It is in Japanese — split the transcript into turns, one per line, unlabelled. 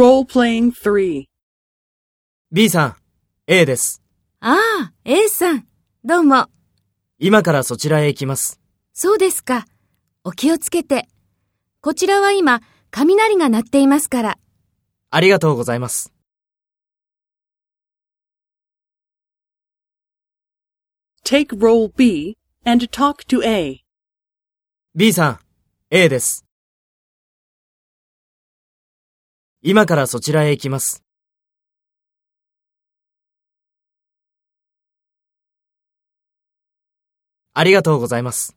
Role-playing 3.
B さん、A です。
ああ、A さん。どうも。
今からそちらへ行きます。
そうですか。お気をつけて。こちらは今、雷が鳴っていますから。
ありがとうございます。
Take role B and talk to A.
B さん、A です。今からそちらへ行きます。ありがとうございます。